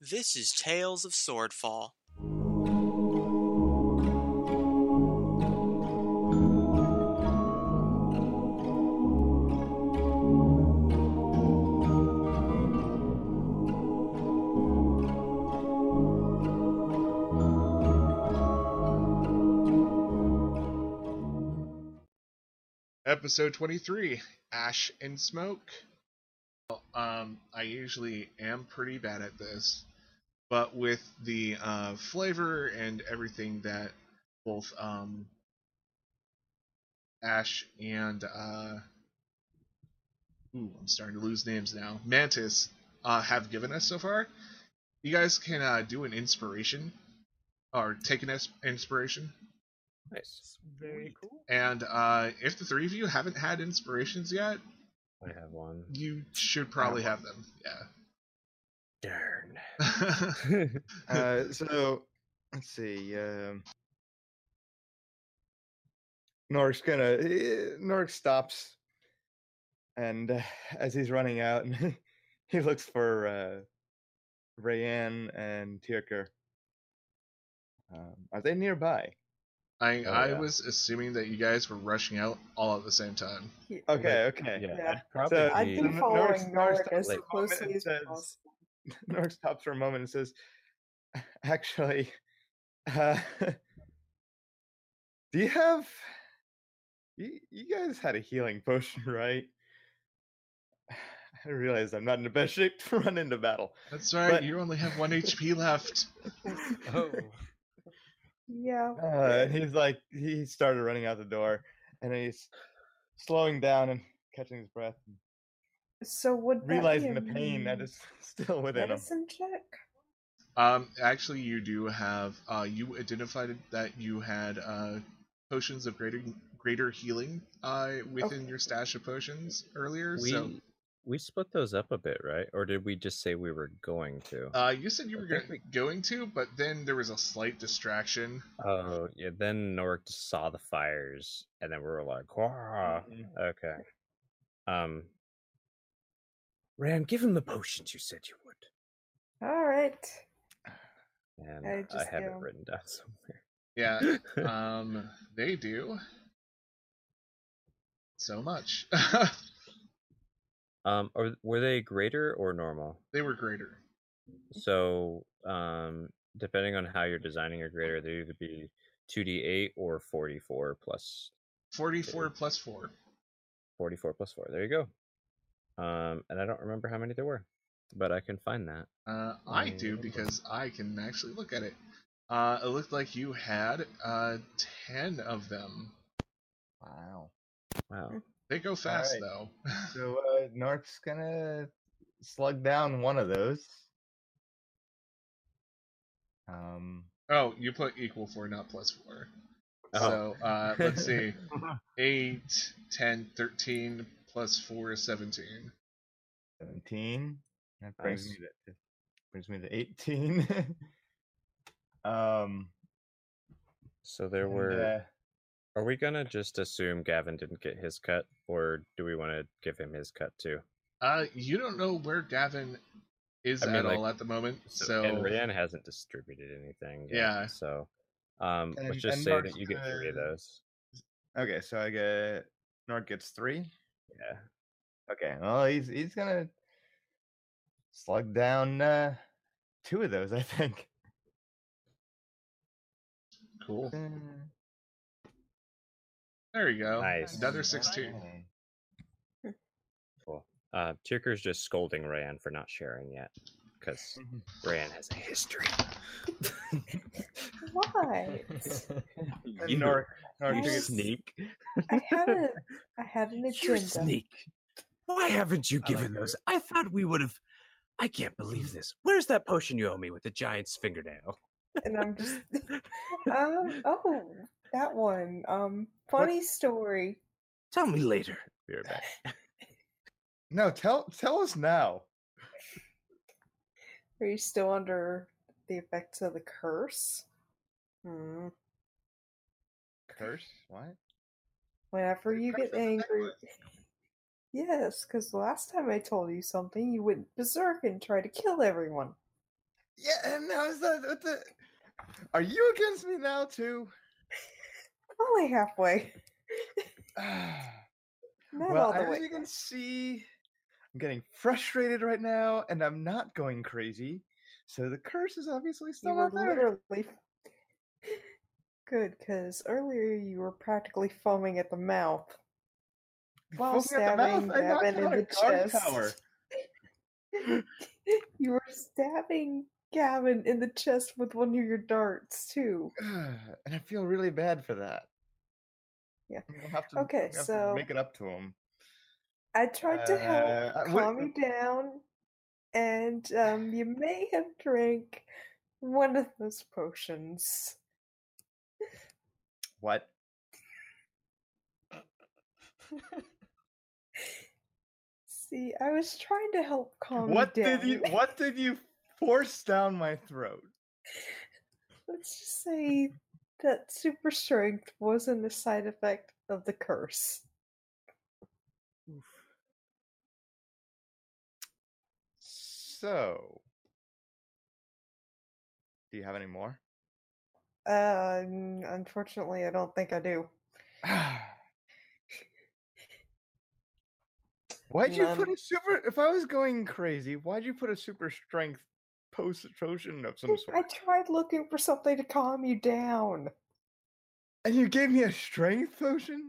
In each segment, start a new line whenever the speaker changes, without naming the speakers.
This is Tales of Swordfall.
episode 23 ash and smoke Well, um i usually am pretty bad at this but with the uh flavor and everything that both um ash and uh ooh i'm starting to lose names now mantis uh have given us so far you guys can uh do an inspiration or take an ins- inspiration
Nice.
Very cool.
and uh, if the three of you haven't had inspirations yet,
I have one.
you should probably have them. Yeah.
Darn.
uh, so let's see. Um, Nork's gonna. eh, Nork stops, and uh, as he's running out, he looks for uh, Rayanne and Tierker. Um, are they nearby?
I
Oh,
I
yeah.
was assuming that you guys were rushing out all at the same time.
Okay, okay.
Yeah.
Yeah.
I'd probably
So-
be-
Hey,
I've been
Nor-
following
Norris
Norris as
Like,
closely
Norris
as
says-
possible.
Nork stops for a moment and says, "Actually, uh, do you have? You, you guys had a healing potion, right? I realize I'm not in the best shape to run into battle.
That's right.
But-
You only have one HP left.
Oh.
Yeah.
Uh, and he's like, he started running out the door, and he's slowing down and catching his breath, and
So would that be
realizing the
a
pain that is still within him.
medicine check?
Um, actually, you do have. Uh, you identified that you had uh potions of greater greater healing uh within your stash of potions earlier.
we
So
we split those up a bit, right? Or did we just say we were going to?
uh, you said you
I
were
think
go-
we-
going to, but then there was a slight distraction.
oh yeah. Then Norik just saw the fires, and then we were like, "Wah."
Mhm.
okay. Um. Ram, give him the potions you said you would.
All right.
And
I
I,
just
have it
go.
written down somewhere.
Yeah. um, they do. So much.
um. Are were they greater or normal?
they were greater.
So, um, depending on how you're designing your grader, they either be 2d8 or 44 plus
44
Okay.
plus 4.
44 plus 4. There you go. Um, and I don't remember how many there were, but I can find that.
Uh, I
Mm,
do
okay.
because I can actually look at it. Uh, it looked like you had uh, 10 of them.
Wow.
Wow.
Hmm.
They go fast,
right.
though.
So uh, Nork's gonna slug down one of those. Um,
Oh, you put equal 4, not plus 4.
Oh,
So uh, let's see 8, 10, 13, plus 4 is 17.
seventeen. That brings
Nice.
me to brings me to eighteen. um,
so there
and,
were.
uh,
Are we going to just assume Gavin didn't get his cut, or do we want to give him his cut too?
Uh, you don't know where Gavin is
I mean,
at
like,
all at the moment, so.
and Ryan hasn't distributed anything. Yet,
Yeah.
So um, let's
And-
just
and
say
Mark's
that you get three of
gonna-
those.
okay, so I get Nork gets three.
Yeah.
Okay, well he's he's gonna slug down uh, two of those, I think.
Cool.
Uh,
There you go.
Nice.
Another 16.
okay.
Cool. Uh, Tierker's just scolding Ryan for not sharing yet, because Ryan has a history.
Why?
And
You-
Nork, Nork
you
gets-
sneak.
I had a I had an
You
agenda.
sneak. Why haven't you
I like
given
her.
those? I thought we would have. I can't believe
Mm-hmm.
this. Where's that potion you owe me with the giant's fingernail?
and I'm just um oh that one. Um funny story.
Tell me later.
Be right back.
No, tell tell us now.
Are you still under the effects of the curse? Hmm.
Curse? What?
Whenever
The
you
curse
get
of the
angry.
necklace.
Yes, because last time I told you something, you went berserk and tried to kill everyone.
Yeah, and now is that what the? Are you against me now too?
Only halfway. Not
well,
all the
as
way.
you can see, I'm getting frustrated right now, and I'm not going crazy. So the curse is obviously
You
still
were
up there.
literally good because earlier you were practically foaming at the mouth. While
Poking at the
stabbing
mouth, I knocked
Gavin in
out a
the
guard
chest.
tower.
you were stabbing Gavin in the chest with one of your darts too.
and I feel really bad for that.
Yeah.
I'm gonna have to, I'm
Okay,
gonna have to
so-
make it up to him.
I tried to help
Uh, I- what-
calm you down, and um, you may have drank one of those potions.
What?
See, I was trying to help calm
what
you down.
did you? What did you force down my throat?
Let's just say that super strength wasn't a side effect of the curse.
So, do you have any more?
Uh, n- unfortunately, I don't think I do.
why'd you put
None.
a super? If I was going crazy, why'd you put a super strength post potion of some
I
sort?
tried looking for something to calm you down.
And you gave me a strength potion?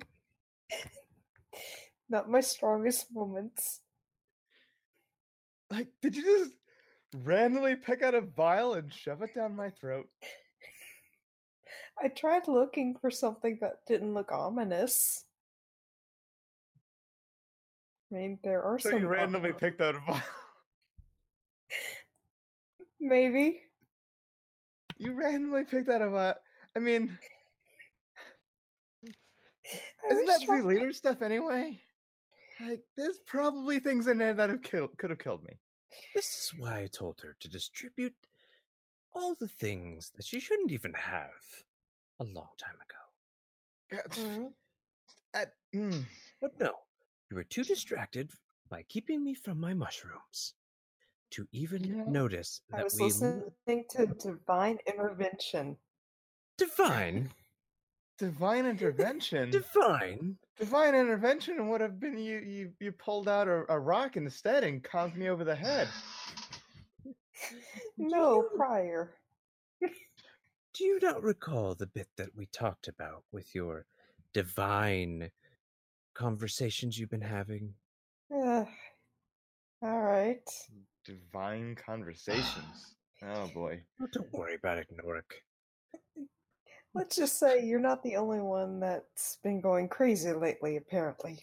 Not my strongest moments.
Like, did you just randomly pick out a vial and shove it down my throat?
I tried looking for something that didn't look ominous. I mean, there are
So
some.
you randomly
ominous-
picked out a vial.
Maybe.
You randomly picked out a vial. I mean,
I
isn't
was
that
trying-
the later stuff anyway? Like, there's probably things in there that have killed could have killed me.
This is why I told her to distribute all the things that she shouldn't even have a long time ago.
Mm-hmm.
God,
Mhm.
that- mm.
But no, you were too distracted by keeping me from my mushrooms to even
You know,
notice
I
that
was
we l-
listening to divine intervention.
divine,
Divine intervention.
divine.
Divine intervention would have been you. You, you pulled out a, a rock instead and conked me over the head.
No,
you-
prior.
Do you not recall the bit that we talked about with your divine conversations you've been having?
Ugh. all right.
Divine conversations. Oh boy.
Oh, don't worry about it, Norik.
Let's just say you're not the only one that's been going crazy lately, apparently.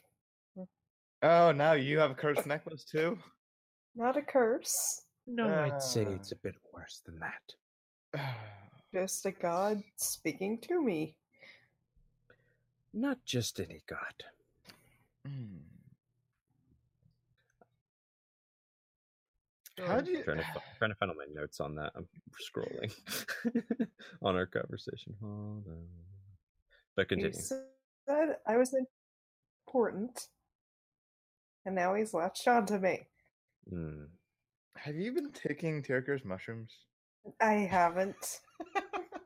Oh, now you have a cursed necklace too.
Not a curse,
No, I'd say
Ah.
it's a bit worse than that.
just a god speaking to me.
Not just any god.
Mm. How do you?
trying, to, fi- trying to find all my notes on that. I'm scrolling on our conversation. Hold on. But
You
continue.
said I was important, and now he's latched onto me.
Mm.
Have you been taking Tirker's mushrooms?
I haven't.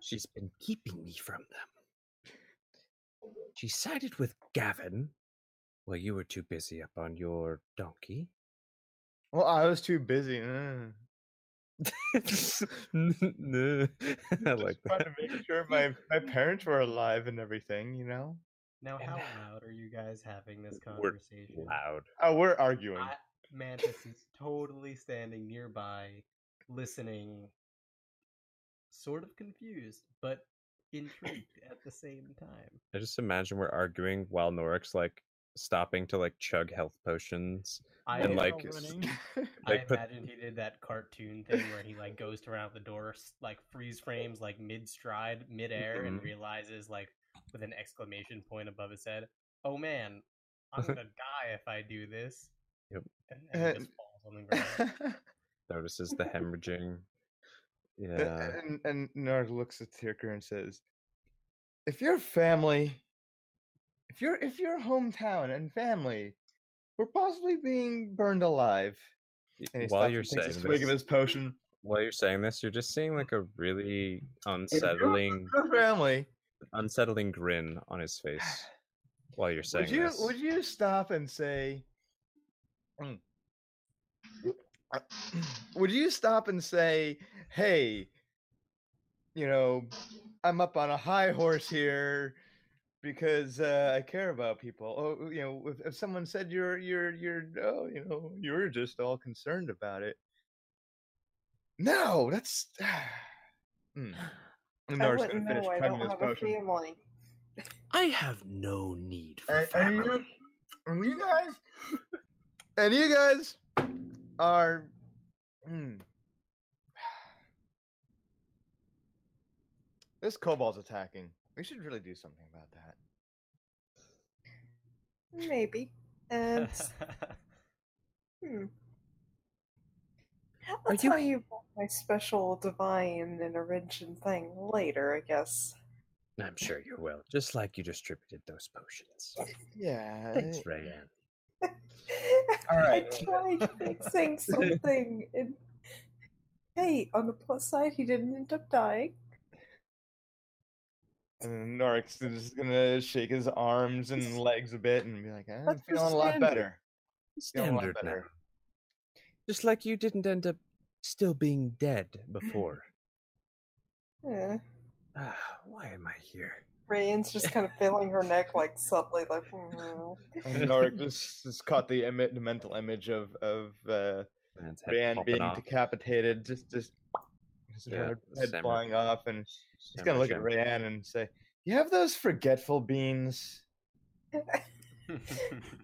She's been keeping me from them. She sided with Gavin while you were too busy up on your donkey.
Well, I was too busy. uh,
No. I
just
like
trying
that.
to make sure my my parents were alive and everything. You know.
Now,
And
how
now-
loud are you guys having this
We're
conversation?
Loud.
Oh, we're arguing.
I, Mantis is totally standing nearby, listening, sort of confused, but intrigued at the same time.
I just imagine we're arguing while Norik's like stopping to like chug health potions.
I
And,
am
like,
running. I
like, put-
imagine he did that cartoon thing where he like goes to run out the door, s- like freeze frames, like mid stride, mid air, and
Mhm.
realizes like with an exclamation point above his head, "Oh man, I'm gonna die if I do this."
Yep.
And then he
Uh,
just falls on the ground.
Notices the hemorrhaging.
A-
Yeah.
And and Narg looks at Tirker and says, "If your family, if your if your hometown and family were possibly being burned alive,
Y-
and he
While
stops
you're
and takes
saying
a swig of
this,
his potion,
while you're saying this, you're just seeing like a really unsettling,
Your family.
unsettling grin on his face while you're saying
Would you
this.
would you stop and say? Mm. Uh, Would you stop and say, "Hey, you know, I'm up on a high horse here because uh, I care about people." Oh, you know, if, if someone said you're you're you're oh, you know, you were just all concerned about it. No, that's. Mm.
I
Nor's
wouldn't
gonna finish
know. I
priming
don't
this
have
potion.
a family.
I have no need for
And- and you-
family.
And you guys, and you guys are. mm. This kobold's attacking. We should really do something about that.
Maybe. And s- hmm. I'll
Are you
tell you about my special divine intervention thing later, I guess.
I'm sure you will, just like you distributed those potions.
Yeah.
Thanks, Rayanne.
I
Alright.
tried fixing something, and hey, on the plus side, he didn't end up dying.
And Norix is just gonna shake his arms and legs a bit and be like, "Eh, I'm
That's
feeling a lot
understandable.
better. Feeling a lot
Standard now.
better.
Just like you didn't end up still being dead before.
Yeah.
Ah, why am I here?
Rayanne's just kind of feeling her neck, like subtly, like. "Mm."
And Norix just, just caught the, imi- the mental image of of uh,
And his head
Van
popping
being
off.
decapitated, just just his
Yeah,
head
the
head
samurai-
flying off, and he's gonna look at
samurai
Rayanne and say, "You have those forgetful beans.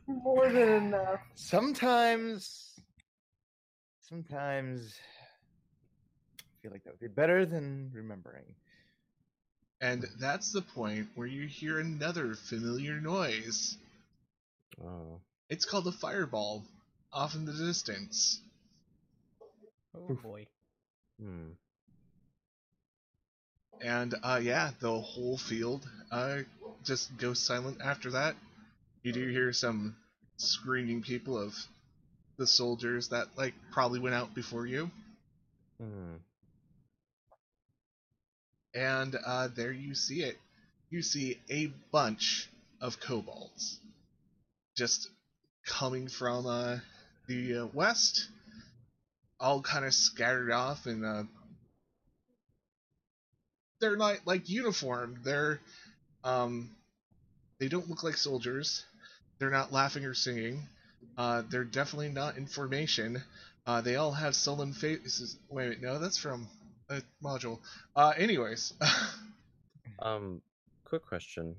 More than enough.
Sometimes, sometimes, I feel like that would be better than remembering."
And that's the point where you hear another familiar noise.
Oh.
It's called a fireball, off in the distance.
oh boy.
Hmm.
And uh, yeah, the whole field uh, just goes silent after that. You do hear some screaming people of the soldiers that like probably went out before you.
Hmm.
And uh, there you see it. You see a bunch of kobolds just coming from uh, the uh, west, all kind of scattered off, and uh, they're not like uniformed. They're um, they don't look like soldiers. They're not laughing or singing. Uh, they're definitely not in formation. Uh, they all have sullen faces. Wait, a minute, no, that's from a module. Uh, anyways,
Um, quick question.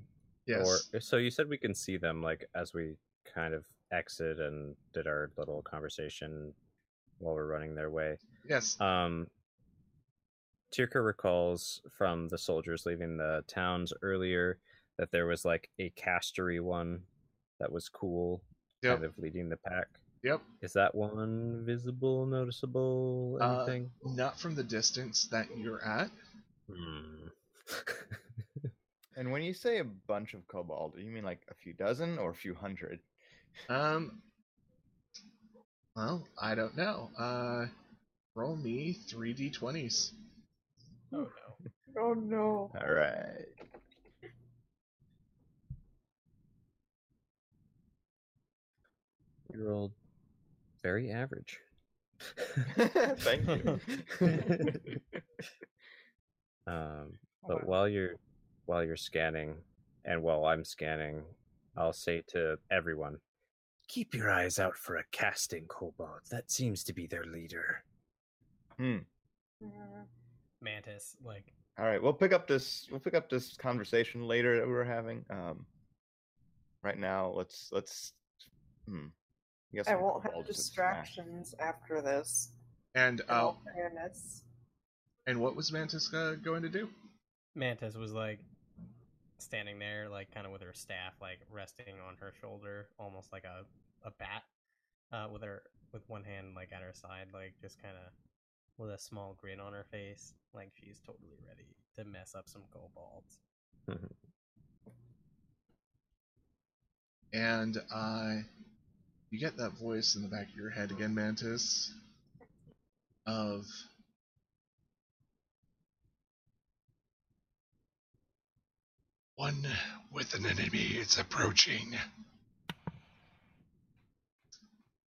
yes,
Or so you said we can see them like as we kind of exit and did our little conversation while we're running their way.
yes,
Um Tirka recalls from the soldiers leaving the towns earlier that there was like a castery one that was cool,
yep,
kind of leading the pack.
yep.
Is that one visible, noticeable,
Uh,
anything?
Not from the distance that you're at.
Hmm.
And when you say a bunch of kobold, do you mean like a few dozen or a few hundred?
Um, well, I don't know. Uh, roll me three d20s.
Oh no.
Oh no.
All right.
you rolled very average.
Thank you.
Um,
Oh,
but while you're while you're scanning and while I'm scanning, I'll say to everyone,
Keep your eyes out for a casting kobold. That seems to be their leader.
Mm.
Mantis, like
All right, we'll pick up this we'll pick up this conversation later that we were having. Um, right now, let's let's. Hmm, I, guess
I
we
won't
could all
have
just sit back.
distractions after this.
And
in
uh,
all fairness.
and what was Mantis uh, going to do?
Mantis was like standing there, like kind of with her staff, like resting on her shoulder, almost like a a bat, uh, with her with one hand like at her side, like just kind of with a small grin on her face, like she's totally ready to mess up some kobolds.
And uh, you get that voice in the back of your head again, Mantis, of One with an enemy is approaching.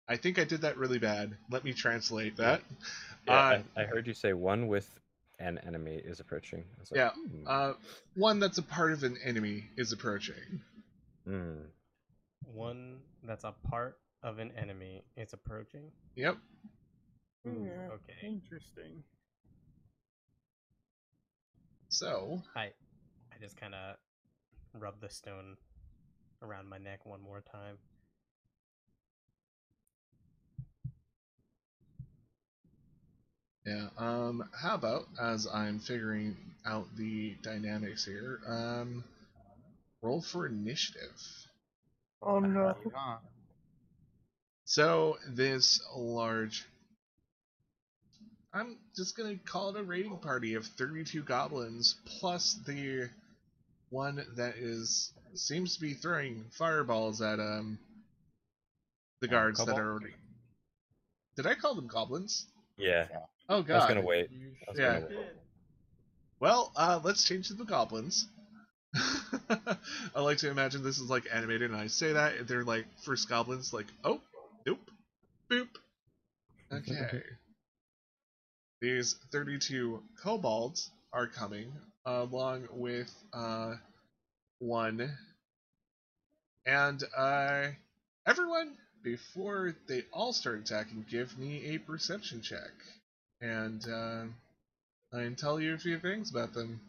I think I did that really bad. Let me translate that.
Yeah,
Uh,
I, I heard you say one with an enemy is approaching. I was like,
Yeah,
"Hmm,
Uh, one that's a part of an enemy is approaching.
hmm."
One that's a part of an enemy is approaching.
Yep.
Ooh,
Yeah.
Okay.
Interesting.
So,
I I just kind of rub the stone around my neck one more time.
yeah. Um, how about as I'm figuring out the dynamics here, um, roll for initiative.
Oh no.
Yeah.
So this large, I'm just gonna call it a raiding party of 32 goblins plus the one that is seems to be throwing fireballs at um the guards that
kobold?
are already. Did I call them goblins?
yeah.
Oh
I was
god.
gonna wait.
You
I was
Yeah.
gonna wait.
Well, uh, let's change to the goblins. I like to imagine this is like animated, and I say that and they're like first goblins, like oh, nope, boop. Okay. These thirty-two kobolds are coming along with uh, one, and uh, everyone before they all start attacking, give me a perception check, and. Uh, I can tell you a few things about them.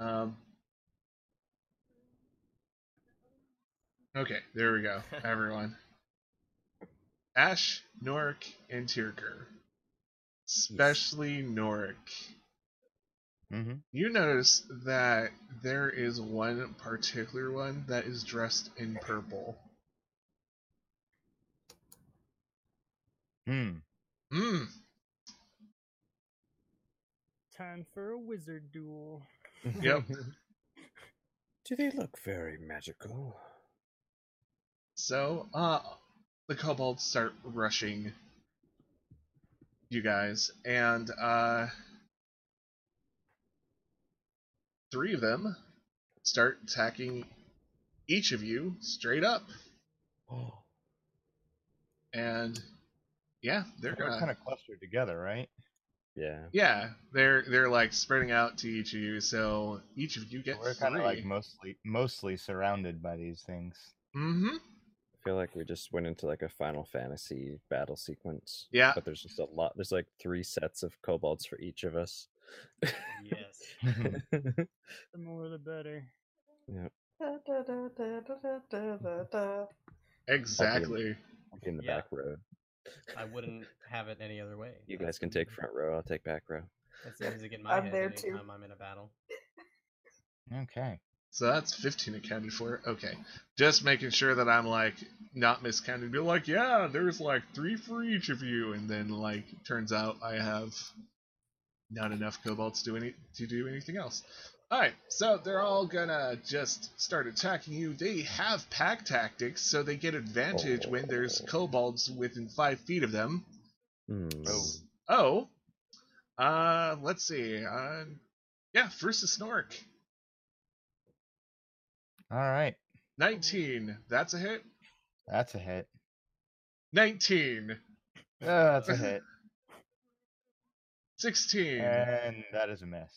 Um. Okay, there we go, everyone. Ash, Norik, and Tyrker. Especially Norik.
Mhm.
You notice that there is one particular one that is dressed in purple.
Hmm.
Mmm.
Time for a wizard duel.
Yep.
Do they look very magical?
So, uh, the kobolds start rushing you guys, and, uh, three of them start attacking each of you straight up.
Oh,
And, yeah, they're
They're
gonna.
kind of clustered together, right?
Yeah.
Yeah, they're they're like spreading out to each of you, so each of you get
We're kind
three.
of like mostly mostly surrounded by these things.
mm-hmm.
I feel like we just went into like a Final Fantasy battle sequence.
Yeah.
But there's just a lot. There's like three sets of kobolds for each of us.
Yes.
The more the better.
Da, da, da, da, da, da, da, da, da.
Exactly.
In the
Yeah.
back row.
I wouldn't have it any other way.
You
That's-
guys can take front row. I'll take back row.
That's the music in my
I'm
head
there too.
anytime I'm in a battle.
okay.
So that's 15 accounted for. Okay. Just making sure that I'm like not miscounting. Be like, yeah, there's like three for each of you, and then like turns out I have not enough kobolds to any to do anything else. Alright, so they're all gonna just start attacking you. They have pack tactics, so they get advantage when there's kobolds within five feet of them.
Hmm.
Oh. Uh let's see. Uh, yeah, first is Snork.
All right.
Nineteen. That's a hit.
That's a hit.
19,
Uh, that's a hit.
16.
and that is a miss.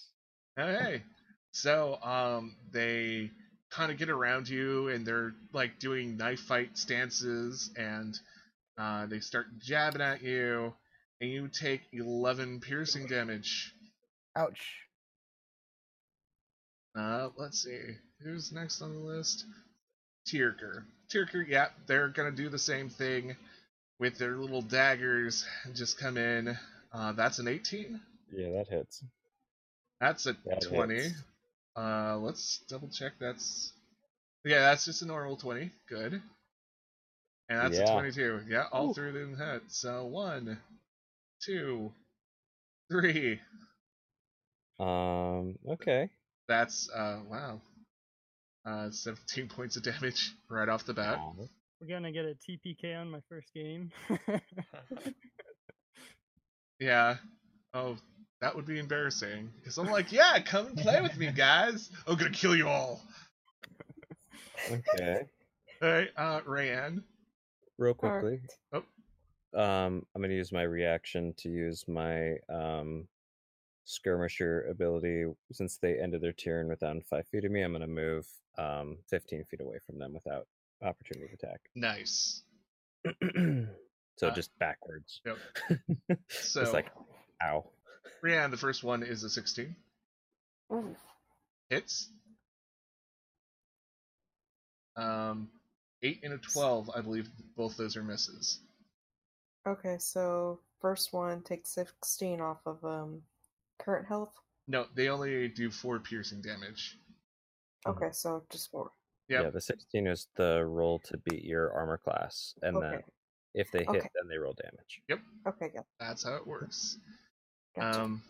Okay. So, um, they kind of get around you and they're like doing knife fight stances and uh, they start jabbing at you and you take 11 piercing damage.
Ouch.
Uh, let's see. Who's next on the list? Tierker. Tierker, yeah, they're gonna do the same thing with their little daggers. Just come in. Uh, that's an 18.
Yeah, that hits.
That's a
That
20.
hits.
Uh, let's double check. That's yeah, that's just a normal 20. Good. And that's
Yeah.
a 22. Yeah, all through the head. So one, two, three.
Um. Okay.
That's uh wow. Uh, 17 points of damage right off the bat.
Aw.
We're gonna get a TPK on my first game.
Yeah. Oh, That would be embarrassing. Because I'm like, yeah, come and play with me, guys. I'm gonna kill you all.
Okay.
All right, uh, Rayanne.
Real quickly.
Oh.
Um, I'm gonna use my reaction to use my um skirmisher ability. Since they ended their turn within five feet of me, I'm gonna move um 15 feet away from them without opportunity attack.
Nice.
so
Uh,
just backwards.
yep. So,
It's like, ow.
Rayanne, the first one is a 16. Hits. Um, 8 and a 12, I believe both those are misses.
Okay, so first one takes 16 off of um current health.
No, they only do 4 piercing damage.
Mhm.
Okay, so just four.
Yep.
Yeah, the 16 is the roll to beat your armor class, and
Okay.
then if they hit,
Okay.
then they roll damage.
Okay, got,
That's how it works.
gotcha.
Um.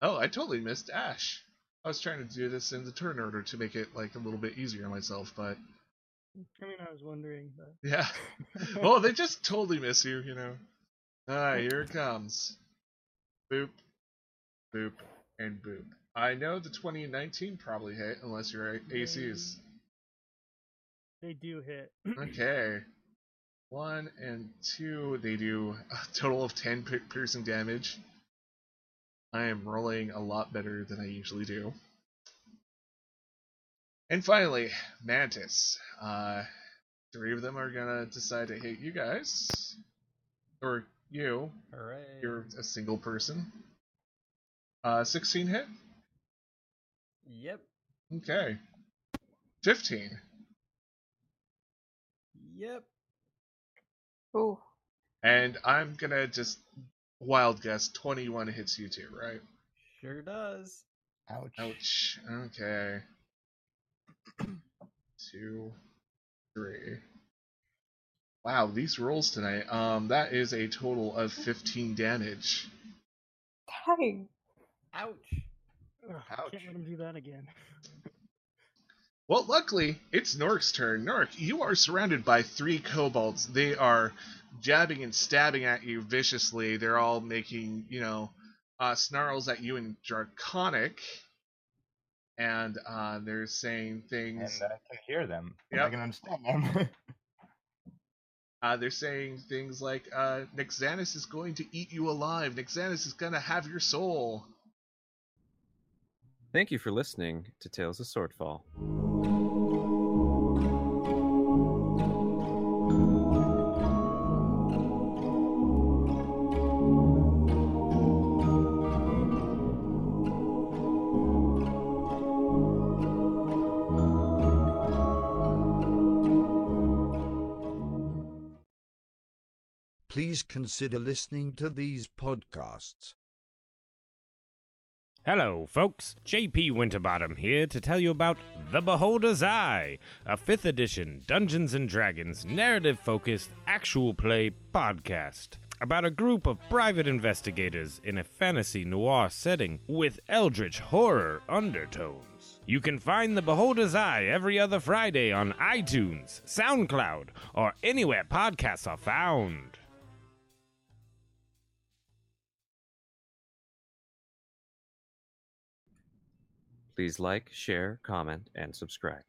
Oh, I totally missed Ash. I was trying to do this in the turn order to make it like a little bit easier on myself, but
I mean, I was wondering, but
yeah. oh, they just totally miss you, you know. Ah, here it comes. Boop, boop, and boop. I know the 2019 probably hit unless your AC is
they do hit.
Okay. One and two, they do a total of 10 pi- piercing damage. I am rolling a lot better than I usually do. And finally, Mantis. Uh, three of them are gonna decide to hit you guys. Or you.
Hooray.
You're a single person. Uh, 16 hit?
Yep.
Okay. 15.
Yep.
Ooh,
And I'm gonna just wild guess 21 hits you too, right?
Sure does.
Ouch.
Ouch. Okay. Two, three. Wow, these rolls tonight. Um, that is a total of 15 damage.
dang.
Ouch.
Ugh,
Ouch.
Can't let him do that again.
Well, luckily, it's Nork's turn. Nork, you are surrounded by three kobolds. They are jabbing and stabbing at you viciously. They're all making, you know, uh, snarls at you in Draconic. And uh, they're saying
And
things.
I can hear them. and
Yep.
I can understand them.
Uh, they're saying things like, uh, Nexanus is going to eat you alive. Nexanus is going to have your soul.
Thank you for listening to Tales of Swordfall.
Please consider listening to these podcasts.
Hello, folks. JP Winterbottom here to tell you about The Beholder's Eye, a 5th edition Dungeons and Dragons narrative focused actual play podcast about a group of private investigators in a fantasy noir setting with eldritch horror undertones. You can find The Beholder's Eye every other Friday on iTunes, SoundCloud, or anywhere podcasts are found.
Please like, share, comment, and subscribe.